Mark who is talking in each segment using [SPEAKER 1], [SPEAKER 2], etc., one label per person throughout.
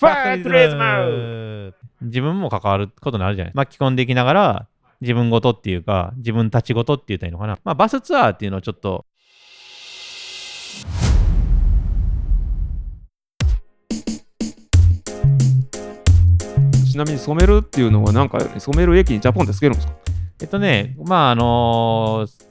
[SPEAKER 1] ファートリズム自分も関わることになるじゃない巻き込んでいきながら自分ごとっていうか自分たちごとって言ったらいいのかな、まあ、バスツアーっていうのをちょっと
[SPEAKER 2] ちなみに染めるっていうのはなんか染める液にジャポンってつけるんですか
[SPEAKER 1] えっとねまああのー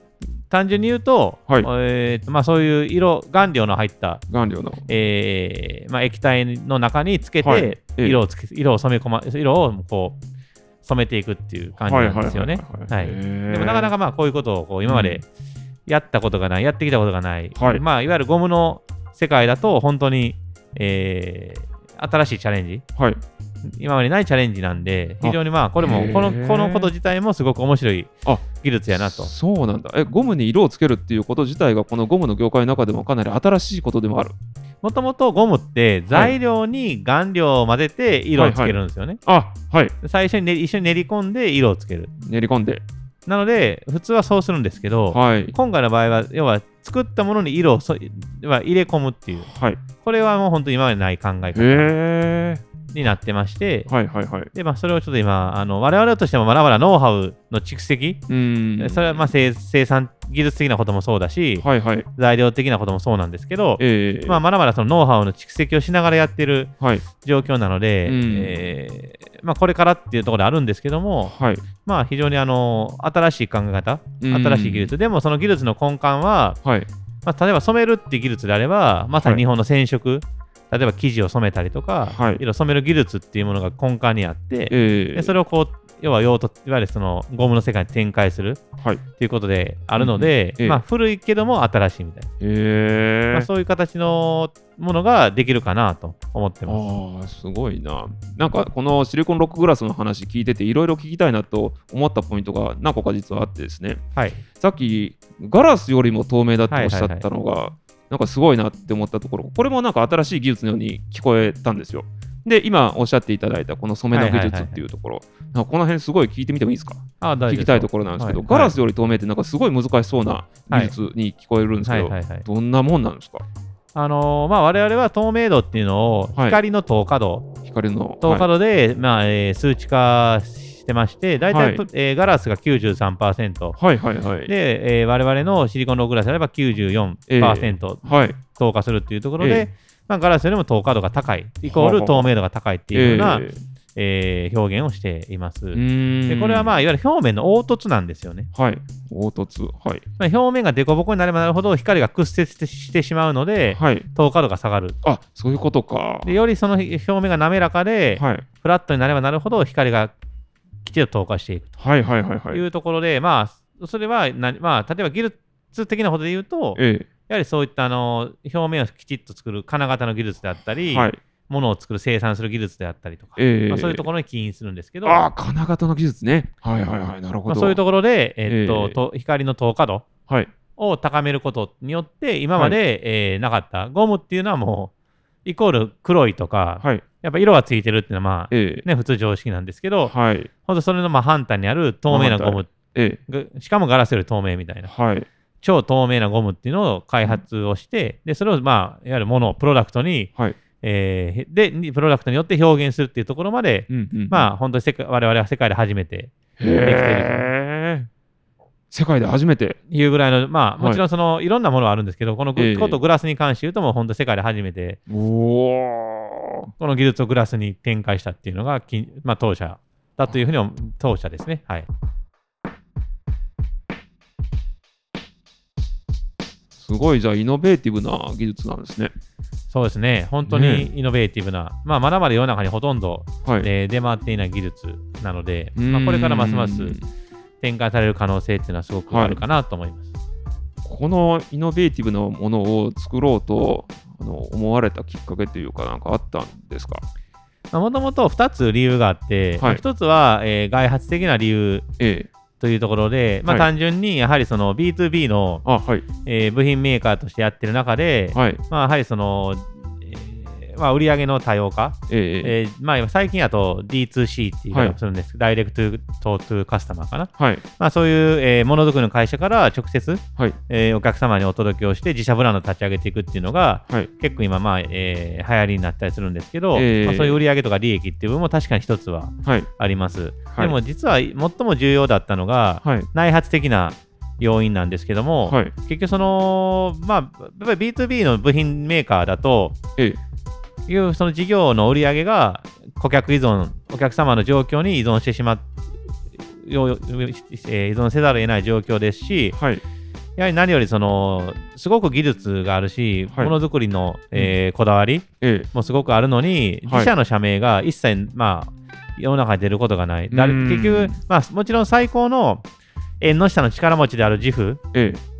[SPEAKER 1] 単純に言うと、
[SPEAKER 2] はい
[SPEAKER 1] えーとまあ、そういう色顔料の入った、
[SPEAKER 2] 顔料の。
[SPEAKER 1] えーまあ、液体の中につけて、
[SPEAKER 2] はいええ
[SPEAKER 1] 色をつけ色を染め込ま色をこう染めていくっていう感じなんですよね。はいでもなかな
[SPEAKER 2] か。
[SPEAKER 1] かまあこういうことをこう今までやったことがない、やってきたことがない、
[SPEAKER 2] はい
[SPEAKER 1] まあ、いわゆるゴムの世界だと本当に、えー新しいチャレンジ
[SPEAKER 2] はい。
[SPEAKER 1] 今までないチャレンジなんで
[SPEAKER 2] あ
[SPEAKER 1] 非常にまあこれ
[SPEAKER 2] へ
[SPEAKER 1] も
[SPEAKER 2] ー
[SPEAKER 1] このこのこと自体もすごく面白い
[SPEAKER 2] あ
[SPEAKER 1] 技術やなと。
[SPEAKER 2] そうなんだ。え、ゴムに色をつけるっていうこと自体が、このゴムの業界の中でもかなり新しいことでもある。
[SPEAKER 1] もともとゴムって材料に顔料を混ぜて色をつけるんですよね。
[SPEAKER 2] あはい。
[SPEAKER 1] 最初にね、一緒に練り込んで色をつける。
[SPEAKER 2] 練り込んで。
[SPEAKER 1] なので普通はそうするんですけど、
[SPEAKER 2] はい。
[SPEAKER 1] 今回の場合は要は作ったものに色をそ要は入れ込むっていう。
[SPEAKER 2] はい。
[SPEAKER 1] これはもう本当に今までない考え方
[SPEAKER 2] へえ。
[SPEAKER 1] になってまして、
[SPEAKER 2] はいはいはい。
[SPEAKER 1] でまあ、それをちょっと今、あの我々としてもまだまだノウハウの蓄積、
[SPEAKER 2] うん。
[SPEAKER 1] それはまあ生生産技術的なこともそうだし、
[SPEAKER 2] はいはい。
[SPEAKER 1] 材料的なこともそうなんですけど、
[SPEAKER 2] ええ。
[SPEAKER 1] まあ、まだまだそのノウハウの蓄積をしながらやってる
[SPEAKER 2] はい。
[SPEAKER 1] 状況なので、
[SPEAKER 2] うん
[SPEAKER 1] えーまあ、これからっていうところであるんですけども、
[SPEAKER 2] はい。
[SPEAKER 1] まあ、非常にあの新しい考え方、
[SPEAKER 2] うん
[SPEAKER 1] 新しい技術、。でもその技術の根幹は、
[SPEAKER 2] はい。
[SPEAKER 1] まあ、例えば染めるっていう技術であれば、まさ
[SPEAKER 2] は
[SPEAKER 1] に日
[SPEAKER 2] い
[SPEAKER 1] 本の染色、例えば生地を染めたりとか、
[SPEAKER 2] はい
[SPEAKER 1] 色を染める技術っていうものが根幹にあって、
[SPEAKER 2] ええ
[SPEAKER 1] で。それをこう、要は用途、いわゆるそのゴムの世界に展開する
[SPEAKER 2] はい。
[SPEAKER 1] ということであるので、
[SPEAKER 2] うんええ
[SPEAKER 1] まあ、古いけども新しいみたいな、
[SPEAKER 2] え
[SPEAKER 1] ま
[SPEAKER 2] え
[SPEAKER 1] あ、。そういう形のものができるかなと思ってます。
[SPEAKER 2] ああすごいな。なんかこのシリコンロックグラスの話聞いてていろいろ聞きたいなと思ったポイントが何個か実はあってですね
[SPEAKER 1] はい、
[SPEAKER 2] さっきガラスよりも透明だっておっしゃったのが、なんかすごいなって思ったところこれもなんか新しい技術のように聞こえたんですよ。で今おっしゃっていただいたこの染めの技術っていうところ、なんかこの辺すごい聞いてみてもいいですか
[SPEAKER 1] あ大丈夫
[SPEAKER 2] 聞きたいところなんですけど、
[SPEAKER 1] はい
[SPEAKER 2] ガラスより透明ってなんかすごい難しそうな技術に聞こえるんです
[SPEAKER 1] は
[SPEAKER 2] け
[SPEAKER 1] い
[SPEAKER 2] ど、
[SPEAKER 1] はいはい
[SPEAKER 2] どんなもんなんですか
[SPEAKER 1] あのーまあ、我々は透明度っていうのを
[SPEAKER 2] はい
[SPEAKER 1] 光の透過度、
[SPEAKER 2] 光の。
[SPEAKER 1] 透過
[SPEAKER 2] は
[SPEAKER 1] 度
[SPEAKER 2] い
[SPEAKER 1] で、まあえー数値化してまして大体、
[SPEAKER 2] はい
[SPEAKER 1] えーガラスが93%、
[SPEAKER 2] はいはいはい。
[SPEAKER 1] で、えー我々のシリコンロックグラスであれば94%
[SPEAKER 2] はい。
[SPEAKER 1] 透過するっていうところで、
[SPEAKER 2] え
[SPEAKER 1] まあ、ガラスよりも透過度が高い、イコー
[SPEAKER 2] は
[SPEAKER 1] ル
[SPEAKER 2] あは
[SPEAKER 1] 透
[SPEAKER 2] あ
[SPEAKER 1] 明度が高いっていうような、
[SPEAKER 2] ええ
[SPEAKER 1] えー表現をしています。
[SPEAKER 2] で
[SPEAKER 1] でこれはまあいわゆる表面の凹凸なんですよね。
[SPEAKER 2] はい凹凸はい
[SPEAKER 1] まあ、表面が凸凹になればなるほど光が屈折してしてしまうので、
[SPEAKER 2] はい
[SPEAKER 1] 透過度が下がる。
[SPEAKER 2] あそういうことか
[SPEAKER 1] でよりその表面が滑らかで、
[SPEAKER 2] はい
[SPEAKER 1] フラットになればなるほど光がきちんと透過していく
[SPEAKER 2] はいはいはい
[SPEAKER 1] と
[SPEAKER 2] はいいう
[SPEAKER 1] ところで、まあそれはな、まあ、例えば技術的なことで言うと、
[SPEAKER 2] え
[SPEAKER 1] やはりそういったあの表面をきちっと作る金型の技術であった
[SPEAKER 2] え
[SPEAKER 1] り、
[SPEAKER 2] はい
[SPEAKER 1] ものを作る生産する技術であったりとか、
[SPEAKER 2] ええ
[SPEAKER 1] まあ、そういうところに起因するんですけど、
[SPEAKER 2] ああ金型の技術ねはいはいはいなるほ
[SPEAKER 1] まあ、
[SPEAKER 2] ど
[SPEAKER 1] そういうところで、えっ
[SPEAKER 2] え
[SPEAKER 1] と
[SPEAKER 2] え
[SPEAKER 1] と光の透過度
[SPEAKER 2] はい
[SPEAKER 1] を高めることによって今まで、えーなかったゴムっていうのはもうイコール黒いとか、
[SPEAKER 2] はい
[SPEAKER 1] やっぱ色がついてるっていうのはまあ、
[SPEAKER 2] え
[SPEAKER 1] ね、普通常識なんですけ
[SPEAKER 2] え
[SPEAKER 1] ど、
[SPEAKER 2] はい
[SPEAKER 1] ほんとそれのまあ反対にある透明なゴム
[SPEAKER 2] え
[SPEAKER 1] がしかもガラスより透明みたい
[SPEAKER 2] え
[SPEAKER 1] な
[SPEAKER 2] はい
[SPEAKER 1] 超透明なゴムっていうのを開発をして、でそれをまあいわゆるものをプロダクトに、
[SPEAKER 2] はい
[SPEAKER 1] えーでにプロダクトによって表現するっていうところまで、
[SPEAKER 2] うんうん
[SPEAKER 1] まあ本当に世界我々は世界で初めて
[SPEAKER 2] へえ世界で初めて
[SPEAKER 1] いうぐらいのまあ
[SPEAKER 2] はい
[SPEAKER 1] もちろんその、い、ろんなものはあるんですけどこのグ
[SPEAKER 2] ええ
[SPEAKER 1] ことグラスに関して言うともう本当世界で初めて
[SPEAKER 2] おお
[SPEAKER 1] この技術をグラスに展開したっていうのがき、まあ、当社だというふうに思う当社ですねはい
[SPEAKER 2] すごいじゃあイノベーティブな技術なんですね
[SPEAKER 1] そうですね本当
[SPEAKER 2] ね
[SPEAKER 1] にイノベーティブな、まあまだまだ世の中にほとんど
[SPEAKER 2] はい
[SPEAKER 1] で出回っていない技術なので、まあ、これからますます
[SPEAKER 2] うん
[SPEAKER 1] 展開される可能性っていうのはすごくあるかなと思います。
[SPEAKER 2] このイノベーティブなものを作ろうとあの思われたきっかけというか、なんかあったんですか
[SPEAKER 1] もともと2つ理由があって、
[SPEAKER 2] はい
[SPEAKER 1] 1つは、えー外発的な理由
[SPEAKER 2] ええ。
[SPEAKER 1] というところで、まあ、
[SPEAKER 2] はい
[SPEAKER 1] 単純にやはりその B2B の、
[SPEAKER 2] あ、はい。
[SPEAKER 1] えー部品メーカーとしてやってる中で、
[SPEAKER 2] はい。
[SPEAKER 1] まあ、やはりその、えーまあ、売り上げの多様化、
[SPEAKER 2] ええええ
[SPEAKER 1] えーまあ、最近だと D2C っていう言い方もするんですけど、ダイレクトトゥカスタマーかな、
[SPEAKER 2] はい
[SPEAKER 1] まあ、そういう、えーものづくりの会社から直接、
[SPEAKER 2] はい
[SPEAKER 1] えーお客様にお届けをして自社ブランドを立ち上げていくっていうのが、
[SPEAKER 2] はい
[SPEAKER 1] 結構今、まあえー流行りになったりするんですけど、
[SPEAKER 2] ええ
[SPEAKER 1] まあ、そういう売り上げとか利益っていう部分も確かに一つは
[SPEAKER 2] はい
[SPEAKER 1] あります、
[SPEAKER 2] は
[SPEAKER 1] で
[SPEAKER 2] い
[SPEAKER 1] も実は最も重要だったのが、
[SPEAKER 2] はい
[SPEAKER 1] 内発的な要因なんですけども、
[SPEAKER 2] はい
[SPEAKER 1] 結局その、まあ、やっぱり B2B の部品メーカーだと、
[SPEAKER 2] ええ
[SPEAKER 1] いうその事業の売り上げが顧客依存、お客様の状況に依存してしまう、ようえー依存せざるを得ない状況ですし、
[SPEAKER 2] はい
[SPEAKER 1] やはり何よりそのすごく技術があるし、
[SPEAKER 2] はい
[SPEAKER 1] ものづくりの、えーこだわり
[SPEAKER 2] ええ
[SPEAKER 1] もすごくあるのに、
[SPEAKER 2] はい
[SPEAKER 1] 自社の社名が一切、まあ、世の中に出ることがない。だ
[SPEAKER 2] うーん
[SPEAKER 1] 結局、まあ、もちろん最高の縁の下の力持ちである自負、
[SPEAKER 2] ええ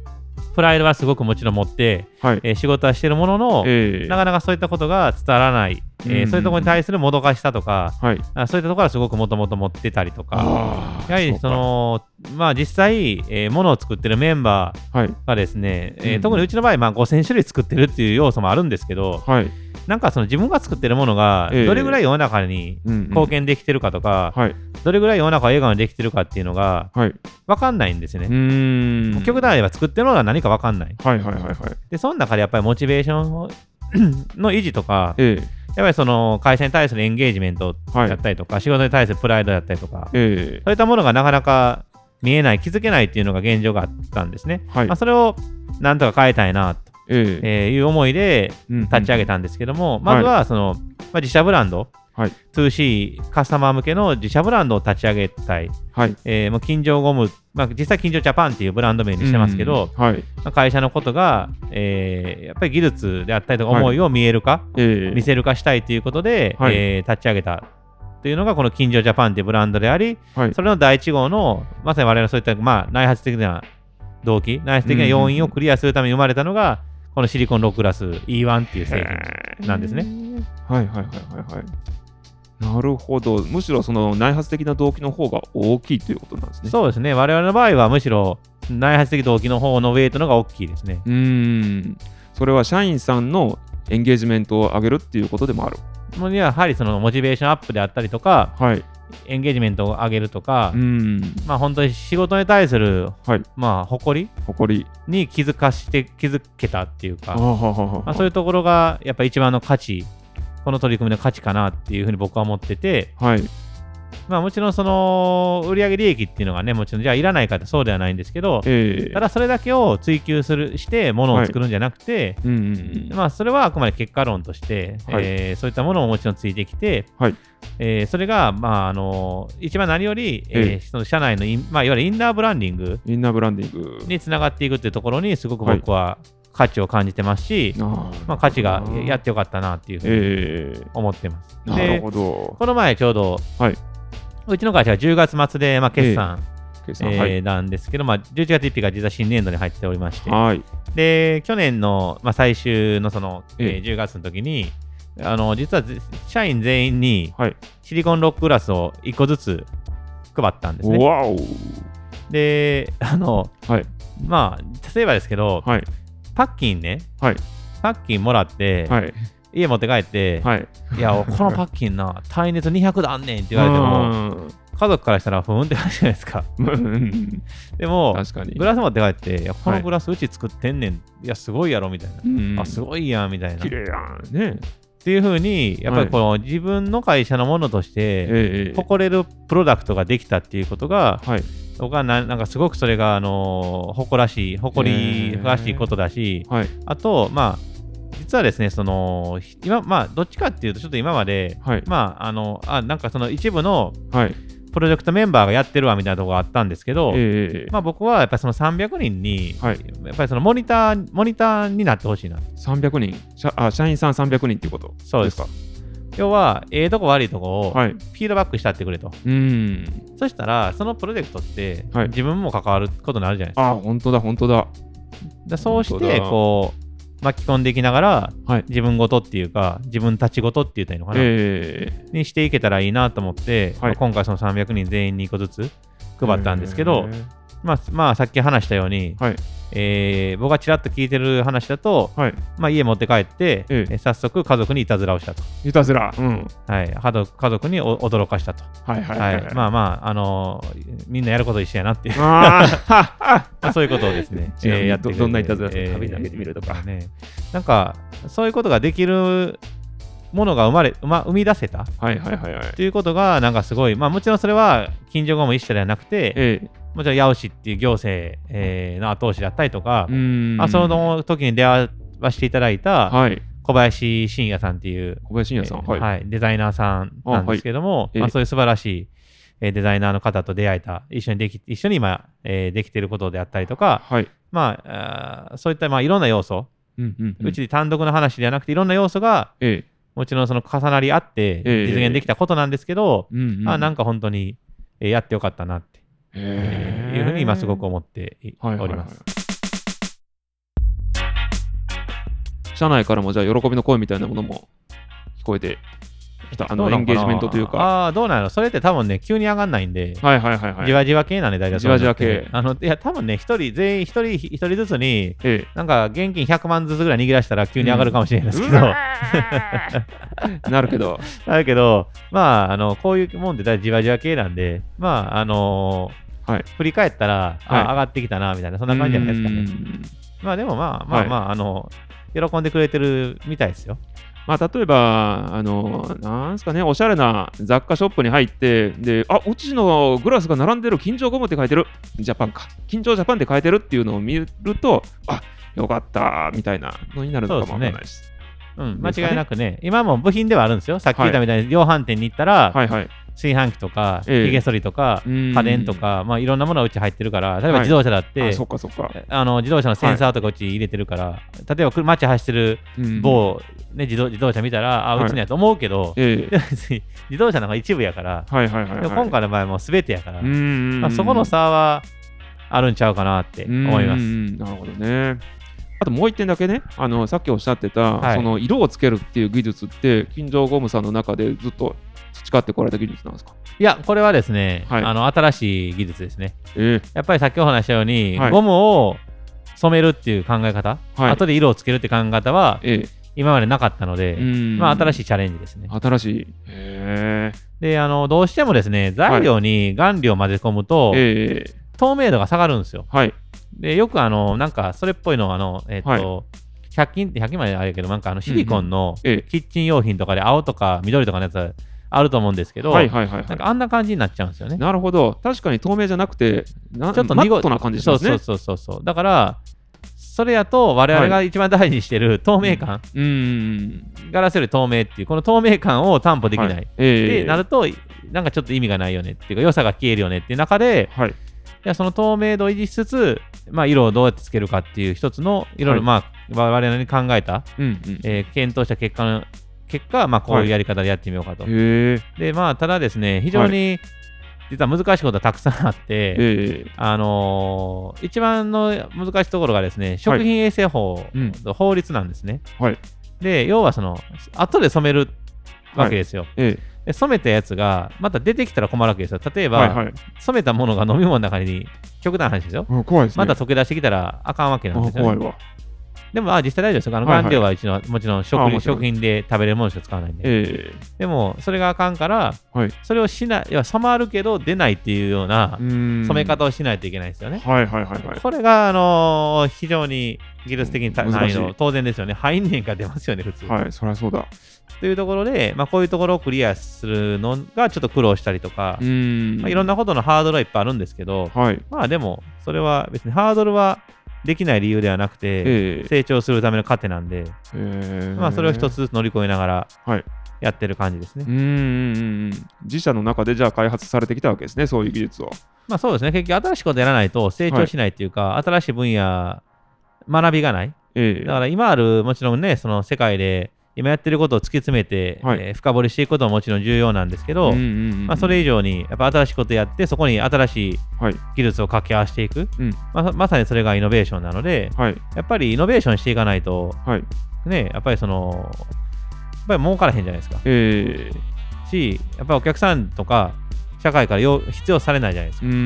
[SPEAKER 1] プライドはすごくもちろん持って、
[SPEAKER 2] はい
[SPEAKER 1] えー仕事はしてるものの、
[SPEAKER 2] ええ
[SPEAKER 1] なかなかそういったことが伝わらない、え
[SPEAKER 2] う
[SPEAKER 1] ー
[SPEAKER 2] ん
[SPEAKER 1] そういうところに対するもどかしさとか、
[SPEAKER 2] はい
[SPEAKER 1] あそういったところはすごくもともと持ってたりとか、
[SPEAKER 2] あー
[SPEAKER 1] やはりその、まあ、実際、えー、ものを作ってるメンバ
[SPEAKER 2] そうかはい
[SPEAKER 1] ーがですね、えー
[SPEAKER 2] うんうん
[SPEAKER 1] 特にうちの場合、まあ、5000種類作ってるっていう要素もあるんですけど、
[SPEAKER 2] はい
[SPEAKER 1] なんかその自分が作ってるものが、
[SPEAKER 2] ええ
[SPEAKER 1] どれぐらい世の中に
[SPEAKER 2] うんうん
[SPEAKER 1] 貢献できてるかとか、
[SPEAKER 2] はい
[SPEAKER 1] どれぐらい世の中を笑顔にできてるかっていうのが
[SPEAKER 2] はいう
[SPEAKER 1] 分かんないんですよね。
[SPEAKER 2] ーん
[SPEAKER 1] 極端に言えば作ってるものが何か分かんない。
[SPEAKER 2] はいはいはいはい
[SPEAKER 1] で、その中でやっぱりモチベーションを の維持とか、
[SPEAKER 2] ええ
[SPEAKER 1] やっぱりその会社に対するエンゲージメント
[SPEAKER 2] はい
[SPEAKER 1] だったりとか、仕事に対するプライドだったりとか、
[SPEAKER 2] え
[SPEAKER 1] そういったものがなかなか見えない、気づけないっていうのが現状があったんですね。
[SPEAKER 2] えはい
[SPEAKER 1] まあ、それをなんとか変えたいなと
[SPEAKER 2] ええ
[SPEAKER 1] えーいう思いで立ち上げ
[SPEAKER 2] た
[SPEAKER 1] たんですけども、まずはその、まあ、自社ブランド、
[SPEAKER 2] はい
[SPEAKER 1] 2C カスタマー向けの自社ブランドを立ち上げたい、
[SPEAKER 2] はい
[SPEAKER 1] えーもう金城ゴム、まあ、実際金城ジャパンっていうブランド名にしてますけど、
[SPEAKER 2] うんはい
[SPEAKER 1] まあ会社のことが、えーやっぱり技術であったりとか思いを見える化、
[SPEAKER 2] え
[SPEAKER 1] 見せる化したいということで、
[SPEAKER 2] はい
[SPEAKER 1] えー立ち上げたというのがこの金城ジャパンというブランドであり、
[SPEAKER 2] はい
[SPEAKER 1] それの第1号のまさに我々のそういった、まあ、内発的な動機内発的な要因をクリアするために生まれたのが、このシリコンロックグラス E1 っていう製品なんですね。
[SPEAKER 2] はいはいはいはいはいなるほどむしろその内発的な動機の方が大きいということなんですね
[SPEAKER 1] そうですね我々の場合はむしろ内発的動機の方のウェイトの方が大きいですね。
[SPEAKER 2] うーんそれは社員さんのエンゲージメントを上げるっていうことでもある
[SPEAKER 1] もうやはりそのモチベーションアップであったりとか
[SPEAKER 2] はい
[SPEAKER 1] エンゲージメントを上げるとか
[SPEAKER 2] う、ーん
[SPEAKER 1] まあ本当に仕事に対する、
[SPEAKER 2] はい
[SPEAKER 1] まあ誇り
[SPEAKER 2] 誇り
[SPEAKER 1] に気づかして気づけたっていうか
[SPEAKER 2] あははは
[SPEAKER 1] まあ、そういうところがやっぱ一番の価値この取り組みの価値かなっていうふうに僕は思ってて、
[SPEAKER 2] はい
[SPEAKER 1] まあ、もちろんその売上利益っていうのがねもちろんじゃあいらないかってそうではないんですけど
[SPEAKER 2] ええ
[SPEAKER 1] ただそれだけを追求するしてものを作るんじゃなくて、
[SPEAKER 2] うんうんうん
[SPEAKER 1] まあ、それはあくまで結果論として、
[SPEAKER 2] はい
[SPEAKER 1] えーそういったものももちろんついてきて、
[SPEAKER 2] はい
[SPEAKER 1] えーそれが、まあ、あの一番何より、えー
[SPEAKER 2] ええ
[SPEAKER 1] その社内のイン、まあ、いわゆるインナーブランディング
[SPEAKER 2] インナーブランディング
[SPEAKER 1] につながっていくっていうところにすごく僕は価値を感じてますし、
[SPEAKER 2] あー
[SPEAKER 1] まあ、価値がやっててよかったなっていうふうに
[SPEAKER 2] ええ
[SPEAKER 1] 思ってます。
[SPEAKER 2] なる
[SPEAKER 1] で、
[SPEAKER 2] ほど
[SPEAKER 1] この前ちょうど、
[SPEAKER 2] はいう
[SPEAKER 1] ちの会社は10月末で、まあ、決算、
[SPEAKER 2] ケイ
[SPEAKER 1] え
[SPEAKER 2] さんはい
[SPEAKER 1] ーなんですけど、まあ、11月1日が実は新年度に入っておりまして、
[SPEAKER 2] はい
[SPEAKER 1] で去年の、まあ、最終のその、えー
[SPEAKER 2] ええ
[SPEAKER 1] 10月の時に、あの実はぜ社員全員に
[SPEAKER 2] はい
[SPEAKER 1] シリコンロックグラスを1個ずつ配ったんですね。
[SPEAKER 2] わお
[SPEAKER 1] で、あの、
[SPEAKER 2] はい
[SPEAKER 1] まあ、例えばですけど、
[SPEAKER 2] はい
[SPEAKER 1] パッキンね、
[SPEAKER 2] はい
[SPEAKER 1] パッキンもらって、
[SPEAKER 2] はい
[SPEAKER 1] 家持って帰って、
[SPEAKER 2] はい
[SPEAKER 1] いや、このパッキンな、耐熱200だあんねんって言われても、家族からしたらふーんって話じゃないですか。
[SPEAKER 2] うん
[SPEAKER 1] でも、
[SPEAKER 2] 確かに
[SPEAKER 1] グラス持って帰って、いやこ
[SPEAKER 2] は
[SPEAKER 1] の
[SPEAKER 2] い
[SPEAKER 1] グラスうち作ってんねん、い、や、すごいやろみたいな。
[SPEAKER 2] うん
[SPEAKER 1] あ、すごいやんみたいな。
[SPEAKER 2] 綺
[SPEAKER 1] っ
[SPEAKER 2] 麗やんね
[SPEAKER 1] ていうふうに、やっぱりこの自分の会社のものとして、
[SPEAKER 2] ええ
[SPEAKER 1] 誇れるプロダクトができたっていうことが、
[SPEAKER 2] はい
[SPEAKER 1] 僕はななんかすごくそれが、あのー誇らしい、誇りらしいことだし、
[SPEAKER 2] はい
[SPEAKER 1] あと、まあ、実はですね、その、今、まあ、どっちかっていうと、ちょっと今まで、
[SPEAKER 2] はい
[SPEAKER 1] まあ、あの、あ、なんかその一部の
[SPEAKER 2] はい
[SPEAKER 1] プロジェクトメンバーがやってるわみたいなところがあったんですけど、
[SPEAKER 2] ええ
[SPEAKER 1] まあ、僕はやっぱりその300人に、
[SPEAKER 2] はい
[SPEAKER 1] やっぱりそのモニターモニターになってほしいな。
[SPEAKER 2] 300人社あ社員さん300人っていうこと
[SPEAKER 1] そうです
[SPEAKER 2] か
[SPEAKER 1] 要は、ええとこ悪いとこをフ
[SPEAKER 2] はい
[SPEAKER 1] ィードバックしたってくれと。
[SPEAKER 2] うん
[SPEAKER 1] そしたら、そのプロジェクトって、
[SPEAKER 2] はい
[SPEAKER 1] 自分も関わることになるじゃないで
[SPEAKER 2] あ本当だ本当だ
[SPEAKER 1] すか。でそうし
[SPEAKER 2] 本当
[SPEAKER 1] て、
[SPEAKER 2] だ
[SPEAKER 1] こう、巻き込んでいきながら、
[SPEAKER 2] はい
[SPEAKER 1] 自分ごとっていうか、自分たちごとって言ったらいいのかな、
[SPEAKER 2] え
[SPEAKER 1] にしていけたらいいなと思って、
[SPEAKER 2] はい
[SPEAKER 1] まあ今回その300人全員に1個ずつ
[SPEAKER 2] え
[SPEAKER 1] 配ったんですけど、
[SPEAKER 2] え
[SPEAKER 1] まあ、まあ、さっき話したように、
[SPEAKER 2] はい
[SPEAKER 1] えー僕がちらっと聞いてる話だと、
[SPEAKER 2] はい
[SPEAKER 1] まあ、家持って帰って、
[SPEAKER 2] ええ
[SPEAKER 1] え早速家族にいたずらをしたと、
[SPEAKER 2] いたずら、うん、
[SPEAKER 1] はい、家族家族にお驚かしたと、
[SPEAKER 2] はいはい
[SPEAKER 1] は
[SPEAKER 2] はいい、はい
[SPEAKER 1] まあまあ、あのーみんなやること一緒やなっていう、
[SPEAKER 2] あー
[SPEAKER 1] まあ、そういうことをです
[SPEAKER 2] 、
[SPEAKER 1] ね
[SPEAKER 2] ちなみに
[SPEAKER 1] えーやってくれて
[SPEAKER 2] どどんないたずらですか
[SPEAKER 1] えー
[SPEAKER 2] 壁に投げてみるとか
[SPEAKER 1] ね、なんかそういうことができるものが生まれ、ま、生み出せた
[SPEAKER 2] はいはいはいはい
[SPEAKER 1] ということがなんかすごい、まあ、もちろんそれは近所後も一緒ではなくて、
[SPEAKER 2] ええ
[SPEAKER 1] もちろん八尾市っていう行政、えーの後押しだったりとか、
[SPEAKER 2] うん
[SPEAKER 1] まあ、その時に出会わせていただいた
[SPEAKER 2] はい
[SPEAKER 1] 小林信也さんっていう、
[SPEAKER 2] 小林信也さん、
[SPEAKER 1] えー
[SPEAKER 2] はい、
[SPEAKER 1] はいデザイナーさんなんですけども
[SPEAKER 2] あはいええ
[SPEAKER 1] まあ、そういう素晴らしい、えーデザイナーの方と出会えた一緒にでき一緒に今、えーできていることであったりとか、
[SPEAKER 2] はい
[SPEAKER 1] まあ、あーそういった、まあ、いろんな要素、
[SPEAKER 2] うんうん
[SPEAKER 1] うちで単独の話ではなくていろんな要素が
[SPEAKER 2] え
[SPEAKER 1] もちろんその重なり合って
[SPEAKER 2] ええ
[SPEAKER 1] 実現できたことなんですけど、
[SPEAKER 2] えうんうん
[SPEAKER 1] まあ、なんか本当に、えーやってよかったなって
[SPEAKER 2] へえ
[SPEAKER 1] いうふうに今すごく思っていお
[SPEAKER 2] はいはい
[SPEAKER 1] り
[SPEAKER 2] は
[SPEAKER 1] ま
[SPEAKER 2] い
[SPEAKER 1] す。
[SPEAKER 2] 社内からもじゃあ喜びの声みたいなものも聞こえてきた
[SPEAKER 1] ど
[SPEAKER 2] あの
[SPEAKER 1] う
[SPEAKER 2] エ
[SPEAKER 1] な
[SPEAKER 2] ン
[SPEAKER 1] のか
[SPEAKER 2] ゲ
[SPEAKER 1] な
[SPEAKER 2] ージメントというか
[SPEAKER 1] ああ、どうなのそれって多分ね、急に上がんないんで、
[SPEAKER 2] はいはいはいはい
[SPEAKER 1] じわじわ系なんで大体そういうのって
[SPEAKER 2] じわじわ系
[SPEAKER 1] あの、いや、多分ね、一人、全員、一人、一人ずつに、
[SPEAKER 2] え
[SPEAKER 1] なんか現金100万ずつぐらい握らしたら急に上がるかもしれないですけど、
[SPEAKER 2] え なるけど
[SPEAKER 1] だけど、まあ、あの、こういうもんって大体じわじわ系なんで、まあ、あのー
[SPEAKER 2] はい
[SPEAKER 1] 振り返ったら、
[SPEAKER 2] はい
[SPEAKER 1] あ上がってきたな、みたいな、そんな感じじゃないですか
[SPEAKER 2] う
[SPEAKER 1] ね。
[SPEAKER 2] ん
[SPEAKER 1] まあ、でもまあ、まあまあ、あの、喜んでくれてるみたいですよ。
[SPEAKER 2] まあ、例えば、あの、なんすかね、おしゃれな雑貨ショップに入って、で、あ、うちのグラスが並んでる、緊張ゴムって書いてる、ジャパンか、緊張ジャパンって書いてるっていうのを見ると、あ、よかった、みたいなのになるのかもわからないです。
[SPEAKER 1] うん、間
[SPEAKER 2] ですかね
[SPEAKER 1] 違いなくね、今も部品ではあるんですよ。さっき言ったみたいに、量販店に行ったら、
[SPEAKER 2] はいはい。
[SPEAKER 1] 炊飯器とか、
[SPEAKER 2] ええ
[SPEAKER 1] ひげ剃りとか、家
[SPEAKER 2] 家
[SPEAKER 1] 電と、か、まあ、いろんなものがうち入ってるから、例え
[SPEAKER 2] はい
[SPEAKER 1] ば自動車だって、
[SPEAKER 2] あ、そっかそっか。
[SPEAKER 1] あの自動車のセンサーとかうち入れてるから、例えば車街走ってる
[SPEAKER 2] うん、
[SPEAKER 1] 某、ね自動自動車見たら、あ、
[SPEAKER 2] はいう
[SPEAKER 1] ちにやと思うけど、
[SPEAKER 2] ええ
[SPEAKER 1] でも別に 自動車なんか一部やから、
[SPEAKER 2] はいはいはい、はい。
[SPEAKER 1] でも今回の場合も全てやから、
[SPEAKER 2] うん、
[SPEAKER 1] まあ、そこの差はあるんちゃうかなって思いま
[SPEAKER 2] う
[SPEAKER 1] す。
[SPEAKER 2] んなるほどね。あともう一点だけね、あのさっきおっしゃってた、
[SPEAKER 1] はい
[SPEAKER 2] その色をつけるっていう技術って、金城ゴムさんの中でずっと培ってこられた技術なんですか
[SPEAKER 1] いや、これはですね、
[SPEAKER 2] はい
[SPEAKER 1] あの新しい技術ですね。
[SPEAKER 2] え
[SPEAKER 1] やっぱりさっきお話ししたように、
[SPEAKER 2] はい
[SPEAKER 1] ゴムを染めるっていう考え方、
[SPEAKER 2] えはい。
[SPEAKER 1] 後で色をつけるって考え方は
[SPEAKER 2] え
[SPEAKER 1] 今までなかったので、
[SPEAKER 2] えうん
[SPEAKER 1] まあ、新し
[SPEAKER 2] い。
[SPEAKER 1] いチャレンジですね。
[SPEAKER 2] 新しい。へ
[SPEAKER 1] で、あの、どうしてもですね、材料に顔料を混ぜ込むと、
[SPEAKER 2] えええ
[SPEAKER 1] 透明度が下がるんですよ。
[SPEAKER 2] はい。
[SPEAKER 1] で、よくあの、なんか、それっぽいのは、あの、えっと、
[SPEAKER 2] はい
[SPEAKER 1] 100均って100均まであれやけど、なんかあのシリコンの
[SPEAKER 2] え
[SPEAKER 1] キッチン用品とかで青とか緑とかのやつあると思うんですけ
[SPEAKER 2] え
[SPEAKER 1] ど、
[SPEAKER 2] はいはいは
[SPEAKER 1] な
[SPEAKER 2] い
[SPEAKER 1] ん
[SPEAKER 2] は
[SPEAKER 1] かあんな感じになっちゃうんですよ
[SPEAKER 2] い。
[SPEAKER 1] ね。
[SPEAKER 2] なるほど。確かに透明じゃなくて、な
[SPEAKER 1] ちょっと
[SPEAKER 2] マ
[SPEAKER 1] 濁
[SPEAKER 2] ットな感じし
[SPEAKER 1] そう
[SPEAKER 2] ます
[SPEAKER 1] そう
[SPEAKER 2] ね。
[SPEAKER 1] そうそうそう。だから、それやと我々が一番大事にしてる透明感、
[SPEAKER 2] ううん。
[SPEAKER 1] ガラスより透明っていう、この透明感を担保できない。
[SPEAKER 2] はいえ
[SPEAKER 1] で、
[SPEAKER 2] え
[SPEAKER 1] なると、なんかちょっと意味がないよねっていうか、良さが消えるよねっていう中で、
[SPEAKER 2] はい。
[SPEAKER 1] いやその透明度を維持しつつ、まあ、色をどうやってつけるかっていう一つのいろいろ、
[SPEAKER 2] はい
[SPEAKER 1] まあ、我々に考えた、
[SPEAKER 2] うんうん。
[SPEAKER 1] えー検討した結果の結果、まあ、こう
[SPEAKER 2] はい
[SPEAKER 1] いうやり方でやってみようかと。
[SPEAKER 2] へえ
[SPEAKER 1] でまあ、ただですね非常に、実は難しいことはたくさんあって、
[SPEAKER 2] ええ
[SPEAKER 1] あのー一番の難しいところがですね食品衛生法
[SPEAKER 2] うん
[SPEAKER 1] の法律なんですね。
[SPEAKER 2] はい
[SPEAKER 1] で要はその後で染めるわけですよ、
[SPEAKER 2] え
[SPEAKER 1] で染めたやつがまた出てきたら困るわけですよ。例え
[SPEAKER 2] え
[SPEAKER 1] ば、
[SPEAKER 2] はいはい。
[SPEAKER 1] 染めたものが飲み物の中に極端な話ですよ。
[SPEAKER 2] うん怖いですね。
[SPEAKER 1] まだ溶け出してきたらあかんわけなん
[SPEAKER 2] あ
[SPEAKER 1] ですよ、ね
[SPEAKER 2] 怖いわ。
[SPEAKER 1] でも、あ実際大丈夫ですよ。あの
[SPEAKER 2] はいはい
[SPEAKER 1] 顔料はうちの、もちろん食
[SPEAKER 2] あもちろん
[SPEAKER 1] 食品で食べれるものしか使わないんで。
[SPEAKER 2] え
[SPEAKER 1] でも、それがあかんから、
[SPEAKER 2] えはい。
[SPEAKER 1] それをしない、いや染まるけど出ないっていうような
[SPEAKER 2] 染
[SPEAKER 1] 染め方をしないといけないんですよね。
[SPEAKER 2] はいはいはいはい。
[SPEAKER 1] これが、あのー非常に技術的にた
[SPEAKER 2] うん
[SPEAKER 1] 難易
[SPEAKER 2] 難し
[SPEAKER 1] 度、
[SPEAKER 2] い
[SPEAKER 1] 当然ですよね。入んねんから出ますよね、普通。
[SPEAKER 2] はい、そりゃそうだ。
[SPEAKER 1] というところで、まあ、こういうところをクリアするのがちょっと苦労したりとか、
[SPEAKER 2] ん
[SPEAKER 1] まあ、いろん
[SPEAKER 2] な。
[SPEAKER 1] なことのハードルはいっぱいあるんですけど、
[SPEAKER 2] はい。
[SPEAKER 1] まあでも、それは別にハードルはできない理由ではなくて、
[SPEAKER 2] ええ
[SPEAKER 1] 成長するための糧なんで、
[SPEAKER 2] ええ
[SPEAKER 1] まあそれを一。つずつ乗り越えながら
[SPEAKER 2] はい
[SPEAKER 1] やってる感じですね。
[SPEAKER 2] うんうんうんうん。自社の中でじゃあ開発されてきたわけですね、そういう技術を。
[SPEAKER 1] まあそうですね、結局新しいことやらないと成長しないっていうか、新しい分野、学びがない。
[SPEAKER 2] ええ
[SPEAKER 1] だから今ある、もちろんね、その世界で今やってることを突き詰めて、
[SPEAKER 2] はい
[SPEAKER 1] えー深掘りしていくことももちろん重要なんですけど、
[SPEAKER 2] うんうんうん
[SPEAKER 1] まあ、それ以上にやっぱ新しいことやって、そこに新しい
[SPEAKER 2] はい
[SPEAKER 1] 技術を掛け合わせていく、
[SPEAKER 2] うん
[SPEAKER 1] まあまさにそれがイノベーションなので、
[SPEAKER 2] はい
[SPEAKER 1] やっぱりイノベーションしていかないと、
[SPEAKER 2] はい。
[SPEAKER 1] ね、やっぱりその、やっぱり儲からへんじゃないですか。
[SPEAKER 2] ええ
[SPEAKER 1] し、やっぱりお客さんとか、社会から要必要されないじゃないですか。
[SPEAKER 2] うんうんう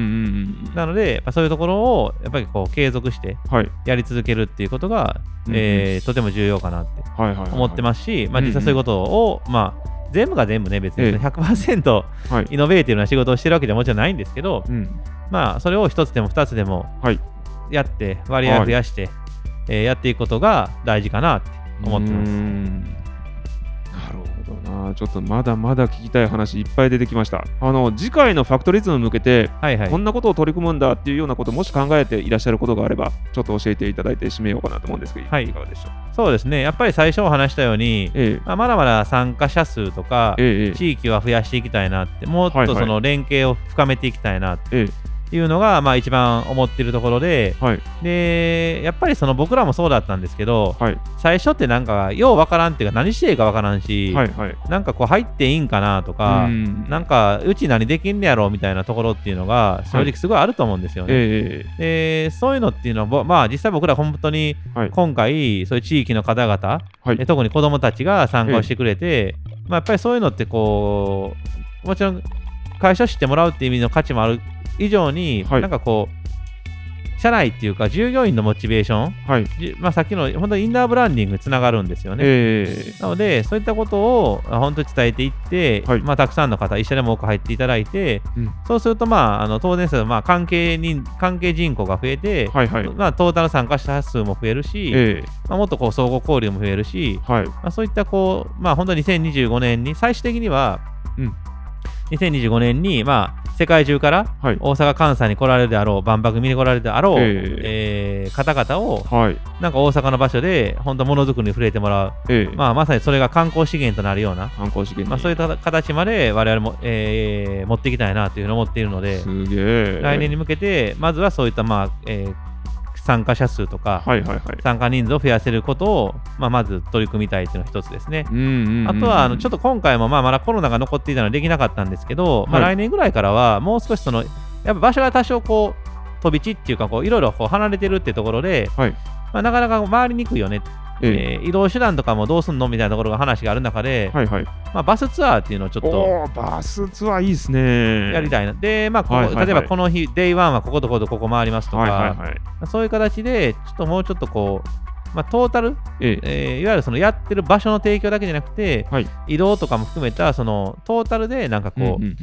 [SPEAKER 2] ん
[SPEAKER 1] なので、まあ、そういうところをやっぱりこう継続して
[SPEAKER 2] はい
[SPEAKER 1] やり続けるっていうことが、
[SPEAKER 2] うん
[SPEAKER 1] えーとても重要かなって
[SPEAKER 2] はいはいはい
[SPEAKER 1] 思ってますし、まあ、
[SPEAKER 2] うんうん
[SPEAKER 1] 実際そういうことを、まあ、全部が全部ね別
[SPEAKER 2] え
[SPEAKER 1] に
[SPEAKER 2] え
[SPEAKER 1] 100%
[SPEAKER 2] すはい
[SPEAKER 1] イノベーティブな仕事をしてるわけじゃもちろんないんですけど、
[SPEAKER 2] うん
[SPEAKER 1] まあ、それを1つでも2つでも
[SPEAKER 2] はい
[SPEAKER 1] やって割合を増やして、えーやっていくことが大事かなって思ってます
[SPEAKER 2] うー。んなるほどなちょっとまだまだ聞きたい話いっぱい出てきましたあの次回のファクトリズムに向けて
[SPEAKER 1] はいはい
[SPEAKER 2] こ、んなことを取り組むんだっていうようなこともし考えていらっしゃることがあればちょっと教えていただいて締めようかなと思うんですけど、
[SPEAKER 1] はい
[SPEAKER 2] かがでしょう
[SPEAKER 1] そうですねやっぱり最初お話したように、
[SPEAKER 2] え
[SPEAKER 1] まあ、まだまだ参加者数とか
[SPEAKER 2] えええ
[SPEAKER 1] 地域は増やしていきたいなってもっ
[SPEAKER 2] はいは
[SPEAKER 1] と
[SPEAKER 2] い
[SPEAKER 1] その連携を深めていきたいなっ
[SPEAKER 2] え
[SPEAKER 1] ていうのが、まあ、一番思ってるところで
[SPEAKER 2] えはい
[SPEAKER 1] でやっぱりその僕らもそうだったんですけど
[SPEAKER 2] はい
[SPEAKER 1] 最初ってなんかようわからんっていうか何していいかわからんし、
[SPEAKER 2] はいはい
[SPEAKER 1] なんかこう入っていいんかなとか、
[SPEAKER 2] うん
[SPEAKER 1] なんかうち何できんねやろみたいなところっていうのが正直すごいあると思うんですよね。
[SPEAKER 2] ええ
[SPEAKER 1] でそういうのっていうのはぼ、まあ、実際僕ら本当に
[SPEAKER 2] はい
[SPEAKER 1] 今回そういう地域の方々、
[SPEAKER 2] はい
[SPEAKER 1] え特に子どもたちが参加をしてくれて、まあ、やっぱりそういうのってこうもちろん会社を知ってもらうっていう意味の価値もある以上に、
[SPEAKER 2] はい
[SPEAKER 1] なんかこう社内っていうか従業員のモチベーション、
[SPEAKER 2] はい
[SPEAKER 1] じまあ、さっきの本当にインナーブランディングにつながるんですよね。
[SPEAKER 2] え
[SPEAKER 1] なのでそういったことをあ本当に伝えていって、
[SPEAKER 2] はい
[SPEAKER 1] まあ、たくさんの方一緒でも多く入っていただいて、
[SPEAKER 2] うん
[SPEAKER 1] そうすると、まあ、あの当然ですけど、まあ、関係人関係人口が増えて、
[SPEAKER 2] えはいはい
[SPEAKER 1] まあ、トータル参加者数も増えるし、
[SPEAKER 2] ええ
[SPEAKER 1] まあ、もっとこう相互交流も増えるし、
[SPEAKER 2] はい
[SPEAKER 1] まあ、そういったこう、まあ、本当に2025年に最終的には、
[SPEAKER 2] うん
[SPEAKER 1] 2025年に、まあ、世界中から
[SPEAKER 2] はい
[SPEAKER 1] 大阪関西に来られるであろう万博見に来られるであろう、
[SPEAKER 2] え
[SPEAKER 1] えー方々を
[SPEAKER 2] はい
[SPEAKER 1] なんか大阪の場所で本当ものづくりに触れてもらう、
[SPEAKER 2] ええ
[SPEAKER 1] まあ、まさにそれが観光資源となるような、
[SPEAKER 2] 観光資源に
[SPEAKER 1] まあ、そういった形まで我々も、えー持っていきたいなというふうに思っているのです
[SPEAKER 2] げえ
[SPEAKER 1] 来年に
[SPEAKER 2] に
[SPEAKER 1] 向けてまずはそういった、まあえー参加者数とか、
[SPEAKER 2] はいはいはい
[SPEAKER 1] 参加人数を増やせることを、まあ、まず取り組みたいというのが一つですね。
[SPEAKER 2] うんうんうん
[SPEAKER 1] あとはあのちょっ
[SPEAKER 2] と
[SPEAKER 1] と今回もまあまだコロナが残っていたのでできなかったんですけど、まあ、
[SPEAKER 2] は
[SPEAKER 1] 来年ぐらいからはもう少しそのやっぱ場所が多少こう飛び地っていうかこういろいろこう離れてるってところで、
[SPEAKER 2] はい
[SPEAKER 1] まあ、なかなか回りにくいよね、
[SPEAKER 2] え
[SPEAKER 1] えー移動手段とかもどうすんのみたいなところが話がある中で
[SPEAKER 2] え、はいはい
[SPEAKER 1] まあ、バスツアーっていうのをちょっと
[SPEAKER 2] おーバスツアーいいですね
[SPEAKER 1] やりたいなで、まあここ
[SPEAKER 2] はいはいはい
[SPEAKER 1] 例えばこの日 Day1 はこことこことここ回りますとか、
[SPEAKER 2] はいはいはい
[SPEAKER 1] そういう形でちょっともうちょっとこう、まあ、トータル
[SPEAKER 2] ええ
[SPEAKER 1] えーいわゆるそのやってる場所の提供だけじゃなくて、
[SPEAKER 2] はい
[SPEAKER 1] 移動とかも含めたそのトータルでなんかこう、
[SPEAKER 2] うんうんうん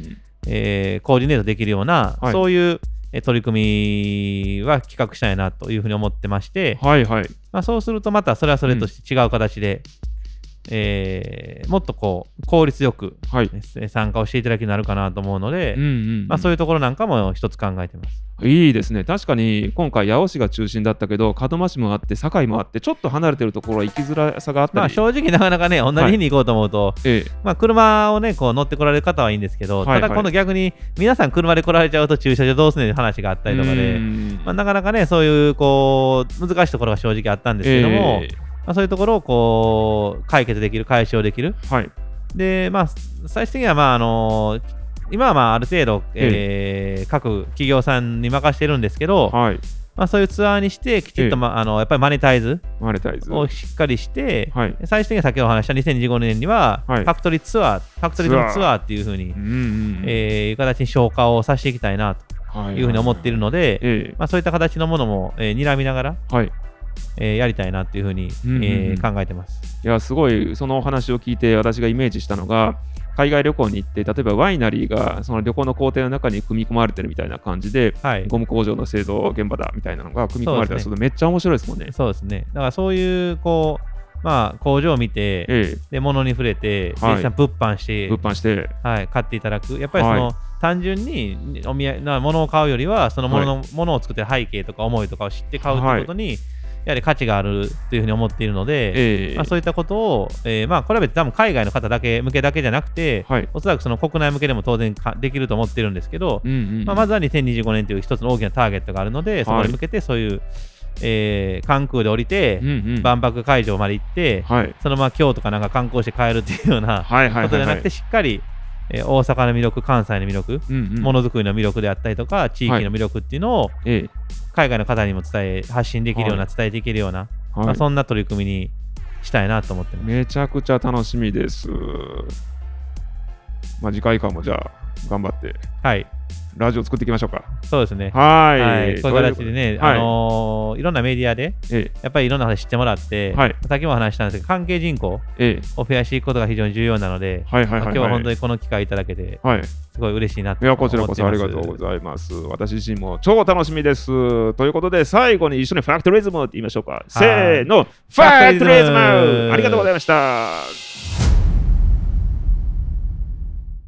[SPEAKER 1] えーコーディネートできるような、
[SPEAKER 2] はい
[SPEAKER 1] そういうえー取り組みは企画したいなというふうに思ってまして、
[SPEAKER 2] はいはい
[SPEAKER 1] まあ、そうするとまたそれはそれとして違う形で、えーもっとこう効率よく
[SPEAKER 2] はい
[SPEAKER 1] えー参加をしていただけるようになるかなと思うので、
[SPEAKER 2] うんうんうん
[SPEAKER 1] まあ、そういうところなんかも一つ考えてます。
[SPEAKER 2] いいですね確かに今回八尾市が中心だったけど門真市もあって堺もあってちょっと離れてるところは行きづらさがあったり、
[SPEAKER 1] まあ、正直なかなかね同じ日に行こうと思うと、
[SPEAKER 2] え
[SPEAKER 1] まあ、車をね、こう乗ってこられる方はいいんですけど、
[SPEAKER 2] はいはい
[SPEAKER 1] ただ今度逆に、皆さん車で来られちゃうと駐車場どうすんねんって話があった
[SPEAKER 2] え
[SPEAKER 1] りとか
[SPEAKER 2] う
[SPEAKER 1] で、
[SPEAKER 2] ん
[SPEAKER 1] まあ、なかなかね、そういう、こう、難しいところが正直あったんですけども、
[SPEAKER 2] え
[SPEAKER 1] まあ、そういうところを、こう、解決できる、解消できる。
[SPEAKER 2] えはい
[SPEAKER 1] で、まあ、最終的には、まあ、あの今はまあある程度、えー各企業さんに任してるんですけど、
[SPEAKER 2] はい
[SPEAKER 1] まあ、そういうツアーにしてきちっと、
[SPEAKER 2] ええ
[SPEAKER 1] まあ、あのやっぱりマネタイズ
[SPEAKER 2] マネタイズ
[SPEAKER 1] をしっかりして、
[SPEAKER 2] はい
[SPEAKER 1] 最終的には先ほどお話しした2025年には、
[SPEAKER 2] はい
[SPEAKER 1] ファクトリーツアー、ファクトリーズムツアーっていうふうに
[SPEAKER 2] う、んうんうん
[SPEAKER 1] えーいう形に消化をさせていきたいな
[SPEAKER 2] は
[SPEAKER 1] と
[SPEAKER 2] い
[SPEAKER 1] いうふうに思っているので、
[SPEAKER 2] え
[SPEAKER 1] まあ、そういった形のものも、えー睨みながら、
[SPEAKER 2] えはい
[SPEAKER 1] えーやりたいなというふうに、
[SPEAKER 2] うんうんうん
[SPEAKER 1] えー考えてます。
[SPEAKER 2] いやすごいそのお話を聞いて私がイメージしたのが海外旅行に行って例えばワイナリーがその旅行の工程の中に組み込まれてるみたいな感じで
[SPEAKER 1] はい、
[SPEAKER 2] ゴム工場の製造現場だみたいなのが組み込まれたら
[SPEAKER 1] そ
[SPEAKER 2] そうれめっちゃ面白いですもんね。
[SPEAKER 1] そうですね。だからそういうこう、まあ、工場を見て、
[SPEAKER 2] え
[SPEAKER 1] で物に触れて、
[SPEAKER 2] はい
[SPEAKER 1] 実際物販して、
[SPEAKER 2] え物販して
[SPEAKER 1] はい、買っていただく、やっぱりその、
[SPEAKER 2] は
[SPEAKER 1] 単純にお土産な物を買うよりは、その物の、物を作ってる背景とか思いとかを知って買うということに、やはり価値があるというふうに思っているので、
[SPEAKER 2] ええ
[SPEAKER 1] まあ、そういったことを、えーまあ、これは別に多分海外の方だけ向けだけじゃなくて、
[SPEAKER 2] はい。
[SPEAKER 1] おそらくその国内向けでも当然かできると思ってるんですけど、
[SPEAKER 2] うんうん
[SPEAKER 1] まあ、まずは2025年という一つの大きなターゲットがあるので、そこに向けてそういう、えー関空で降りて、
[SPEAKER 2] うんうん
[SPEAKER 1] 万博会場まで行って、
[SPEAKER 2] はい。
[SPEAKER 1] そのまま京都かなんか観光して帰るっていうような
[SPEAKER 2] はいはいはいはい。
[SPEAKER 1] ことじゃなくて、しっかり、えー大阪の魅力、関西の魅力、
[SPEAKER 2] うんうん、
[SPEAKER 1] ものづくりの魅力であったりとか、地域の魅力っていうのを
[SPEAKER 2] ええ
[SPEAKER 1] 海外の方にも伝え、発信できるような、伝えていけるような、
[SPEAKER 2] はい
[SPEAKER 1] まあ、そんな取り組みにしたいなと思ってます。
[SPEAKER 2] めちゃくちゃ楽しみです。まあ、次回以降もじゃあ頑張って
[SPEAKER 1] はい。
[SPEAKER 2] ラジオ作っていきましょうか。
[SPEAKER 1] そうですね。
[SPEAKER 2] は。
[SPEAKER 1] はいい。そういう形でね、
[SPEAKER 2] は
[SPEAKER 1] あ
[SPEAKER 2] い
[SPEAKER 1] のーいろんなメディアで、
[SPEAKER 2] え
[SPEAKER 1] やっぱりいろんな話知ってもらって、
[SPEAKER 2] え、はい。
[SPEAKER 1] さっきも話したんですけど、関係人口
[SPEAKER 2] ええ、
[SPEAKER 1] を増やしていくことが非常に重要なので、
[SPEAKER 2] はいはい
[SPEAKER 1] まあ
[SPEAKER 2] は
[SPEAKER 1] 今
[SPEAKER 2] い、
[SPEAKER 1] 日は本当
[SPEAKER 2] に。
[SPEAKER 1] にこの機会いただけて、
[SPEAKER 2] はい。
[SPEAKER 1] すごい嬉しいなと
[SPEAKER 2] い
[SPEAKER 1] 思
[SPEAKER 2] や、
[SPEAKER 1] ってま
[SPEAKER 2] こ
[SPEAKER 1] す。
[SPEAKER 2] ちらこそありがとうございます。私自身も超楽しみです。ということで、最後に一緒にファクトリズムって言いましょうか。せーの、ファクトリズムありがとうございました。